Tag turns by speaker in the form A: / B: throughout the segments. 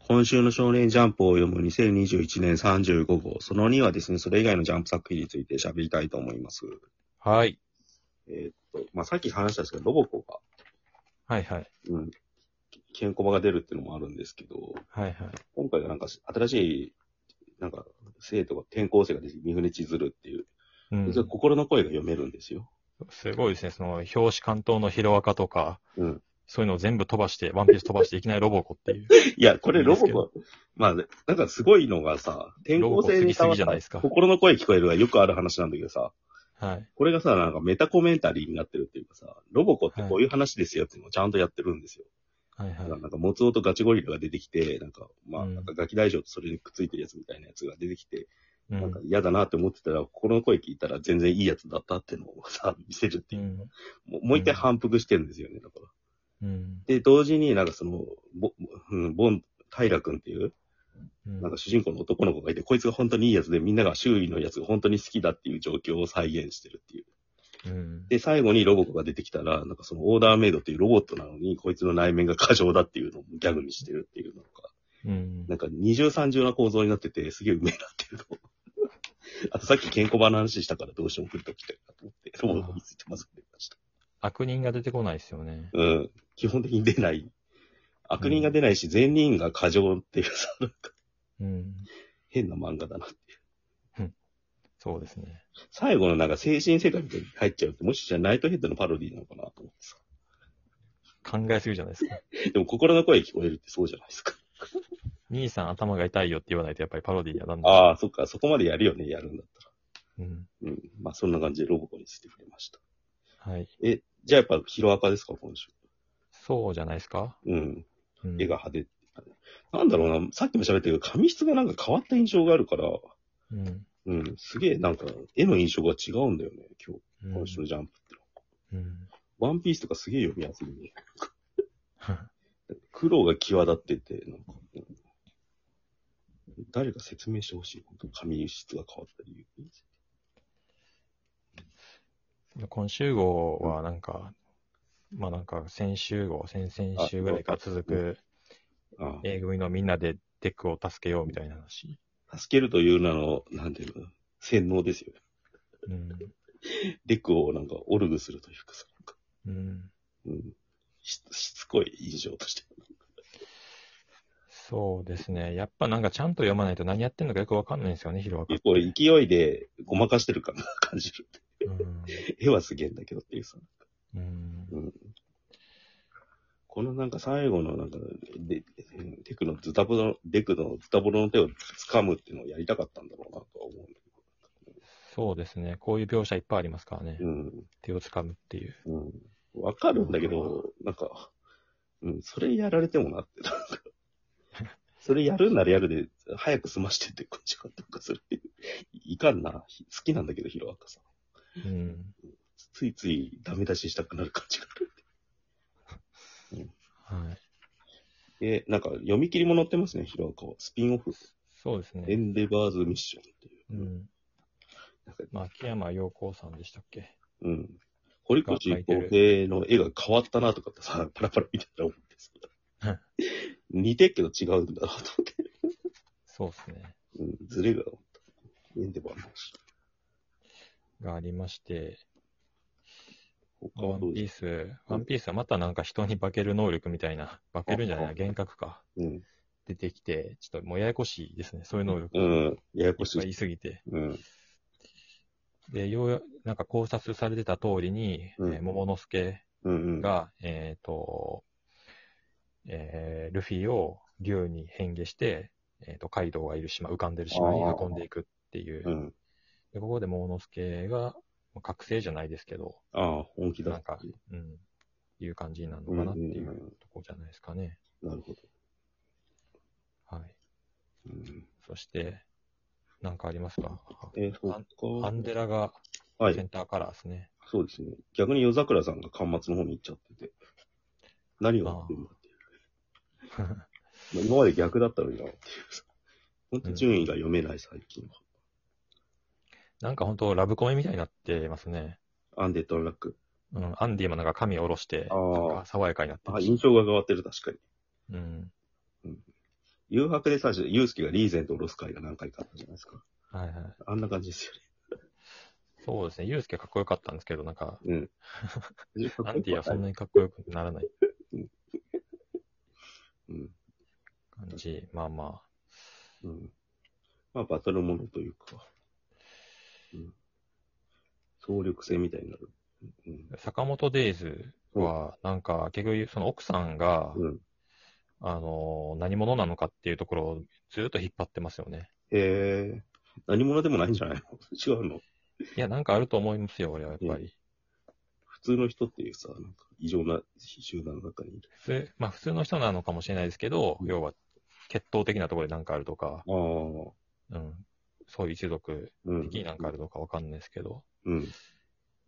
A: 今週の少年ジャンプを読む2021年35号、その2はですね、それ以外のジャンプ作品について喋りたいと思います。
B: はい。
A: えーっと、まあ、さっき話したんですけど、ロボコが、
B: はいはい。
A: うん、ケンコバが出るっていうのもあるんですけど、
B: はいはい。
A: 今回がなんか新しい、なんか、生徒が、転校生が出て、三船千鶴っていう、
B: うん
A: それ、心の声が読めるんです よ。
B: すごいですね。その、表紙関東のヒロアカとか、
A: うん。
B: そういうのを全部飛ばして、ワンピース飛ばしていきなりロボコっていう。
A: いや、これ
B: いいで
A: ロ
B: す
A: ボ
B: けど
A: コ、まあね、なんかすごいのがさ、転校生に
B: ロボコ過ぎすぎじゃないですか
A: 心の声聞こえるがよくある話なんだけどさ、
B: はい。
A: これがさ、なんかメタコメンタリーになってるっていうかさ、ロボコってこういう話ですよっていうのをちゃんとやってるんですよ。
B: はいはい
A: だか。らなんか、モツオとガチゴリラが出てきて、なんか、まあ、
B: うん
A: なんかガキ大将とそれにくっついてるやつみたいなやつが出てきて、
B: う
A: なんか
B: ん。
A: 嫌だなって思ってたら、心の声聞いたら全然いいやつだったっていうのをさ、見せるって
B: う
A: いう。
B: ん。
A: もうもう一回反復してるんですよね、だから。
B: うん。
A: で、同時になんかその、ボ、うん、ボン、タイラ君っていう、
B: うん
A: なんか主人公の男の子がいて、こいつが本当にいいやつで、みんなが周囲のやつが本当に好きだっていう状況を再現してるっていう。
B: うん。
A: で、最後にロボコが出てきたら、なんかそのオーダーメイドっていうロボットなのに、こいつの内面が過剰だっていうのをギャグにしてるっていうのが、
B: うん
A: なんか二重三重な構造になってて、すげえうめえなっていうのを。 あとさっき健康バの話したからどうしても振りときたいなと思って、ロボコについてまず振りました。
B: 悪人が出てこないですよね。
A: うん。基本的に出ない。悪人が出ないし、善人が過剰っていうさ、なんか
B: うん。
A: 変な漫画だなって。
B: そうですね。
A: 最後のなんか精神世界みたいに入っちゃうって、もしかしたらナイトヘッドのパロディなのかなと思ってさ。
B: 考えすぎじゃないですか。
A: でも心の声聞こえるってそうじゃないですか。
B: 兄さん頭が痛いよって言わないとやっぱりパロディーやなんだ。
A: ああ、そっか、そこまでやるよね、やるんだった
B: うん。
A: ら。うん。まあ、そんな感じでロボコについて触れました。
B: はい。
A: え、じゃあやっぱヒロアカですか、今週。
B: そうじゃないですか。
A: うん。
B: うん
A: 絵が派手。なんだろうな、さっきも喋ったけど、紙質がなんか変わった印象があるから、
B: うん。
A: うん、すげえなんか、絵の印象が違うんだよね、今
B: う
A: 日、
B: ん
A: 今週のジャンプってのは
B: うん。
A: ワンピースとかすげえ読みやすいね。黒が際立ってて、なんか、うん誰か説明してほしい、本当紙質が変わった理由。
B: 今週号はなんか、まあなんか先週号、先々週ぐらいから続く
A: あ
B: A 組のみんなでテックを助けようみたいな話。
A: あ、助けるという名の、なんていうの、洗脳ですよね。
B: うん。
A: デックをなんかオルグするというかさ、なんか
B: うん。
A: うん、ししつこい印象として。
B: そうですね。やっぱなんかちゃんと読まないと何やってんのかよくわかんないんですよね、ヒロアカっ
A: 結
B: て。
A: 構勢いでごまかしてる感が感じる。
B: うん。
A: 絵はすげえんだけどっていうさ。
B: うん。
A: このなんか最後のなんか、で、テクのズタボロ、デクのズタボロの手を掴むっていうのをやりたかったんだろうなとは思うんだ
B: そうですね。こういう描写いっぱいありますからね
A: け。ど。うん。
B: 手を掴むっていう。
A: うん。わかるんだけど、なんか、うん、それやられてもなって、なんか、それやるんならやるで、早く済ましてってこっちがなんかするっていう。いかんな。好きなんだけど、ヒロアカさん。
B: うん。
A: ついついダメ出ししたくなる感じがある。
B: はい。
A: え、なんか読み切りも載ってますね、ヒロアカは。スピンオフ。
B: そうです
A: エ
B: ね。
A: ンデバーズミッションっていうう。
B: ん。
A: なんか
B: まあ、秋山陽光さんでしたっけ。
A: うん。堀口康平の絵が変わったなとかって さ、パラパラ見てたら思って さ。似てっけど違うんだなと思って。
B: そうですね。
A: うん、ズレがあった。エンデバーズミッシ
B: がありまして、
A: ョン。他
B: ワ
A: はど
B: ン
A: う
B: ピ
A: で
B: ー
A: すか
B: ス、ワンピースはまたなんか人に化ける能力みたいな、化けるんじゃないな、幻覚か。
A: うん。
B: 出てきて、ちょっともうややこしいですね。そういう能力。
A: う
B: いっ
A: ん。ややこ
B: ぱ
A: し
B: い言
A: い。
B: いすぎて。
A: うん。
B: で、ようや、なんか考察されてた通りに、
A: うん
B: えー桃之助
A: うんうん。
B: が、えっ、と、えールフィを竜に変化して、えっ、と、カイドウがいる島、浮かんでる島に運んでいくっていう。
A: うん。
B: でここで桃之助が、まあ覚醒じゃないですけど、
A: ああ、本気だ。
B: なんかうん、いう感じになるのかなっていうとこじゃないですかね。
A: なるほど。
B: はい。
A: うん、
B: そして、なんかありますか
A: え、そ
B: ア
A: っ
B: ンデラが
A: か。はい
B: セ。ンターカラーですね。
A: そうですね。逆に夜桜さんが端末の方に行っちゃってて。何をやってるんだっていう。まあ今まで逆だったのになっていう。本当順位が読めない最近は。
B: なんか本当ラブコメみたいになってますね。
A: アンデッド・ラック。
B: うん、アンディもなんか髪を下ろして、
A: あー
B: なんか爽やかになって
A: あ、
B: るし
A: 印象が変わってる、確かに。
B: うん。
A: 誘白で最初、ユースケがリーゼントを下ろす回が何回かあったじゃないですか。
B: はいはい。
A: あんな感じですよ
B: そうですね。ユうスケかっこよかったんですけど、なんか、
A: ね。うん。
B: アンティはそんなにかっこよくならない
A: うん。
B: 感じ。まあま
A: うん。まあ、バトルものというか、うん。総力戦みたいになる。うん。
B: あ、坂本デイズは、なんか、結局、その奥さんが、
A: うん。
B: あのー、何者なのかっていうところをずっと引っ張ってますよね。
A: へえ。何者でもないんじゃないの 違うの
B: いや、なんかあると思いますよ、俺はやっぱり。
A: 普通の人っていうさ、なんか異常な集団の中にいる。
B: 普通、まあ普通の人なのかもしれないですけど、
A: うん
B: 要は、血統的なところでなんかあるとか、
A: ああ。
B: うん、そういう一族
A: うん。
B: 的になんかあるとかわかんないですけど、
A: うん。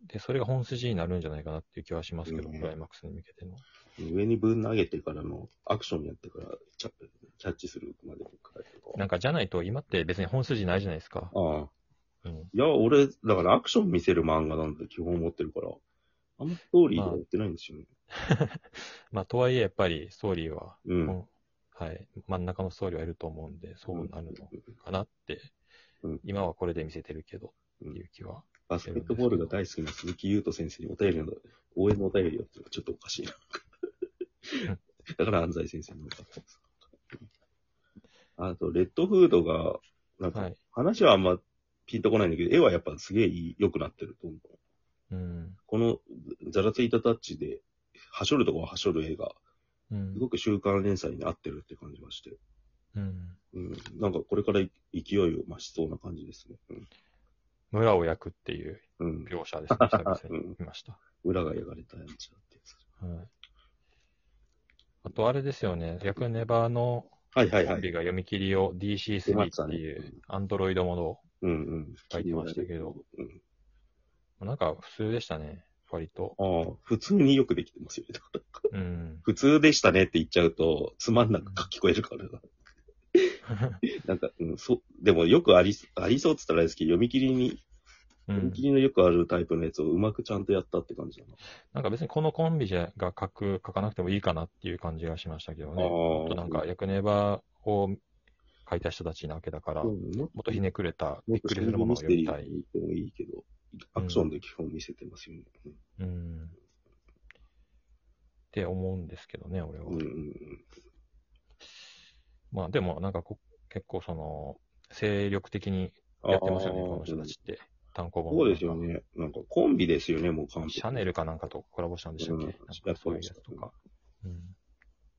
B: で、それが本筋になるんじゃないかなっていう気はしますけど、
A: うん
B: クライマックスに向けての。
A: 上にぶん投げてからのアクションやってからキャキャッチするまでの回とか。
B: なんかじゃないと、今って別に本筋ないじゃないですか。
A: ああ。
B: うん。
A: いや、俺、だからアクション見せる漫画なんて基本持ってるから、あんまストーリーでやってないんですよね。
B: まあ、とはいえ、やっぱりストーリーは、
A: うん
B: もうはい、真ん中のストーリーはいると思うんで、そうなるのかなって、
A: うん
B: 今はこれで見せてるけど、
A: うん
B: っていう気は。
A: バスケットボールが大好きな鈴木優斗先生にお便りの、応援のお便りをっていうのはちょっとおかしいな。 だから安西先生に向かったんです。あと、レッドフードが、なん
B: は
A: か
B: い、
A: 話はあんまピンとこないんだけど、絵はやっぱすげえいい良くなってると思う。
B: うん。
A: このザラついたタッチで、はしょるとこははしょる絵が、す
B: うん
A: ご。く週刊連載に合ってるって感じがして、
B: うん。
A: うん、なんかこれからい勢いを増しそうな感じですね。
B: 村を焼くっていう
A: うん。うん、
B: 描 写ですね。久々に見ました。
A: 裏が焼かれたやつだってやつ。
B: はい。あと、あれですよね。逆ネバーの
A: はいはい
B: コ
A: は
B: ン
A: い。
B: ビが読み切りを
A: 出ま
B: DC3
A: したね
B: っていうアンドロイドものを
A: うんうん。
B: 書いてましたけど、
A: うん。
B: なんか普通でしたね。割と。
A: ああ、普通によくできてますよね。だ から
B: うん。
A: 普通でしたねって言っちゃうと、つまんなく聞こえるからな。なんか、うん、そう、でもよくあり、ありそうって言ったらあれですけど、読み切りに、
B: う
A: 読み
B: ん
A: 切りのよくあるタイプのやつをうまくちゃんとやったって感じだな。
B: なんか別にこのコンビじゃが書く、書かなくてもいいかなっていう感じがしましたけどね。もっと
A: ああ、
B: なんか、役ネバーを書いた人たちなわけだから、
A: う
B: も
A: ん、もっ
B: っとひねくれた、
A: も
B: び
A: っ
B: っ
A: と
B: く
A: シン
B: りする
A: グル
B: もの
A: ミ
B: を
A: ス
B: 読
A: テ
B: み
A: リ
B: た
A: ー
B: い。
A: でもいいけど、アクションで基本見せてますよね。
B: うん。って思うんですけどね、俺は。
A: うん、うん、うん。
B: まあでも、なんかこ結構その、精力的にやってますよね、
A: あー
B: この人たちって。単行本
A: そうですよね。なんかコンビですよね、もう完
B: シャネルかなんかとコラボしたんでしたっけ、
A: うん
B: なんかそういうやつとか。うん。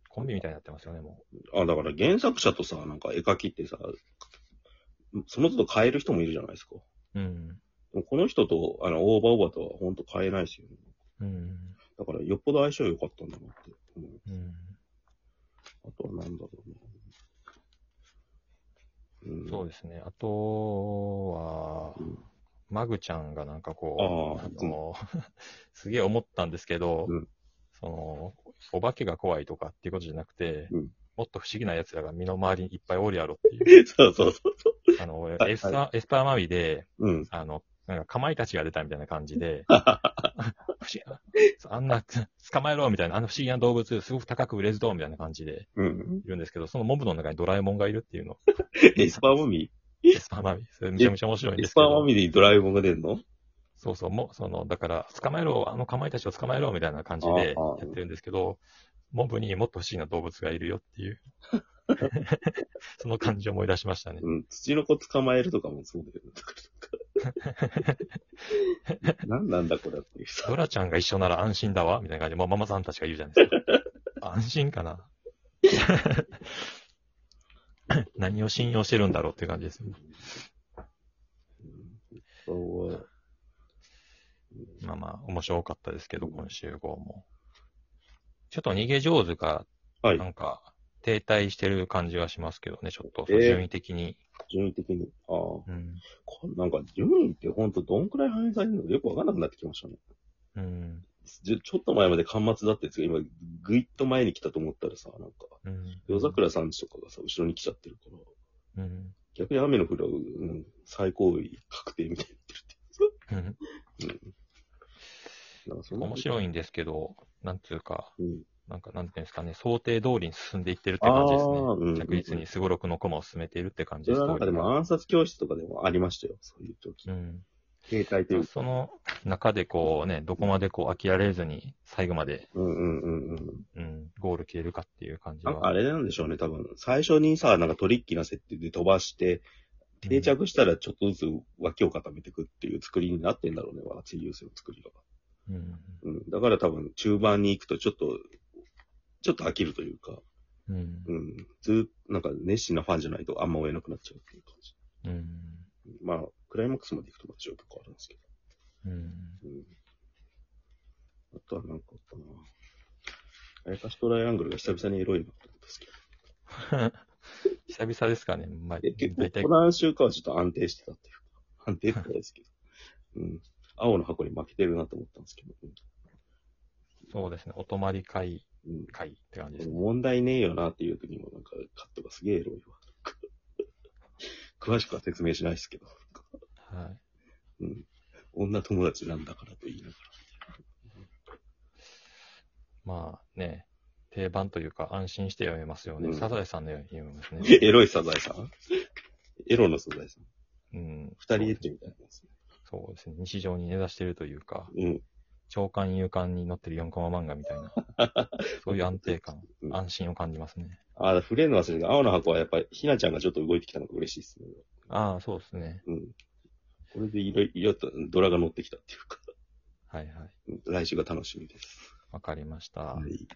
B: コンビみたいになってますよね、も
A: あ、だから原作者とさ、なんか絵描きってさ、その都度変える人もいるじゃないですか。
B: う。うん。
A: でもこの人と、あの、オーバーオーバーとは本当変えないですよね。
B: うん。
A: だからよっぽど相性良かったんだなって思う。
B: うん。
A: あとはなんだろうな。うん。
B: そうですね。あとは、
A: うん
B: マグちゃんがなんかこう、
A: あ
B: あ
A: あ
B: の すげえ思ったんですけど、
A: うん
B: その、お化けが怖いとかっていうことじゃなくて、
A: うん
B: もっと不思議な奴らが身の回りにいっぱいおるやろっていう。
A: そうそうそうそう。
B: あの、
A: はい
B: エスパー、エスパーマミで、
A: うん。
B: あの、なんか、かまいたちが出たみたいな感 じで、不思議なあんな、捕まえろみたいな、あの不思議な動物、すごく高く売れずどうみたいな感じで
A: うん。
B: いるんですけど、そのモブの中にドラえもんがいるっていうの、
A: エスパーマミ
B: エスパーマミ。それめちゃめちゃ面白いん
A: エ
B: で
A: ス
B: すけ
A: パ
B: ど。
A: ーマミにドラえもんが出るの
B: そうそう、もう、その、だから、捕まえろ、あのかまいたちを捕まえろ、みたいな感じで
A: ああああ
B: やってるんですけど、モブにもっと不思議な動物がいるよっ ていう、 その感じを思い出しましたね。
A: うん、土の子捕まえるとかもそうだけど、だ から、なんか何なんだこれっていうさ。
B: ドラちゃんが一緒なら安心だわ、みたいな感じで、もうママさんたちが言うじゃないです か。安心かな 何を信用してるんだろうっていう感じですよね。
A: そうは
B: まあまあ、面白かったですけど、今週号も。ちょっと逃げ上手が、
A: はい
B: なんか、停滞してる感じはしますけどね、ちょっと、
A: えー
B: 順位的に。
A: 順位的に。ああ。
B: うん。
A: こなんか順位ってほんとどんくらい反映されるのかよくわかんなくなってきましたね。
B: うん。
A: じゅちょっと前まで端末だったやつが今、ぐいっと前に来たと思ったらさ、なんか、
B: うん。
A: 夜桜さんちとかがさ、後ろに来ちゃってるから、
B: うん。
A: 逆に雨の降る、うん、最高位確定みたいに
B: うん。
A: なってるっていうか。うん。なんかそんな
B: 面白いんですけど、なんつうか、
A: うん。
B: なんか、なんていうんですかね、想定通りに進んでいってるって感じですね
A: あーうんうん。
B: 着実にすごろくの駒を進めているって感
A: そ
B: じで
A: れ
B: す。
A: はなんかでも暗殺教室とかでもありましたよ、そういう時。
B: うん。
A: 携帯というか。
B: その中でこうね、どこまでこう飽きられずに、最後まで、
A: うんうんうんうん。
B: うん、ゴール消えるかっていう感じ
A: なんかあ
B: は。
A: れなんでしょうね、多分。最初にさ、なんかトリッキーな設定で飛ばして、定着したらちょっとずつ脇を固めていくっていう作りになってんだろうね、ワーチ優勢の作りが。
B: うん。
A: うん。だから多分中盤に行くとちょっと、ちょっと飽きるというか、
B: うん
A: う。ん。ずなんか熱心なファンじゃないとあんま追えなくなっちゃうっていう感じ。
B: うん。
A: まあ、クライマックスまで行くとまた状況変わるんですけど。
B: うん。
A: うん。あとはなんかあったなあやかしトライアングルが久々にエロいなと思ったんですけど。
B: 久々ですかね。まあ、
A: で、結
B: 大
A: 構、
B: 体
A: こ、の何週間はちょっと安定してたっていうか、安定ってないですけど。うん。青の箱に負けてるなと思ったんですけど。
B: そうですね。お泊まり会、
A: うん。
B: 会って感じですね。
A: 問題ねえよなっていう時もなんかカットがすげえエロいわ。詳しくは説明しないですけど。
B: はい。
A: うん。女友達なんだからと言いなが
B: まあね、定番というか安心して読めますよね。
A: うん
B: サザエさんのように読めます
A: ら。
B: ね。
A: エロいサザエさんエロのサザエさん。
B: うん。
A: 二人エッチみたいなやつね。
B: そうですね。日常に根ざしてるというか、
A: うん。
B: 長官勇敢に載ってる4コマ漫画みたいな、 そういう安定感
A: う、ん
B: 安心を感じますね。
A: あ、触れるの忘れてた。青の箱はやっぱり、ひなちゃんがちょっと動いてきたのが嬉しいですね。
B: ああ、そうですね。
A: うん。これでいろいろとドラが乗ってきたっていうか、
B: はいはい。
A: うん来週が楽しみです。
B: わかりました。
A: はい。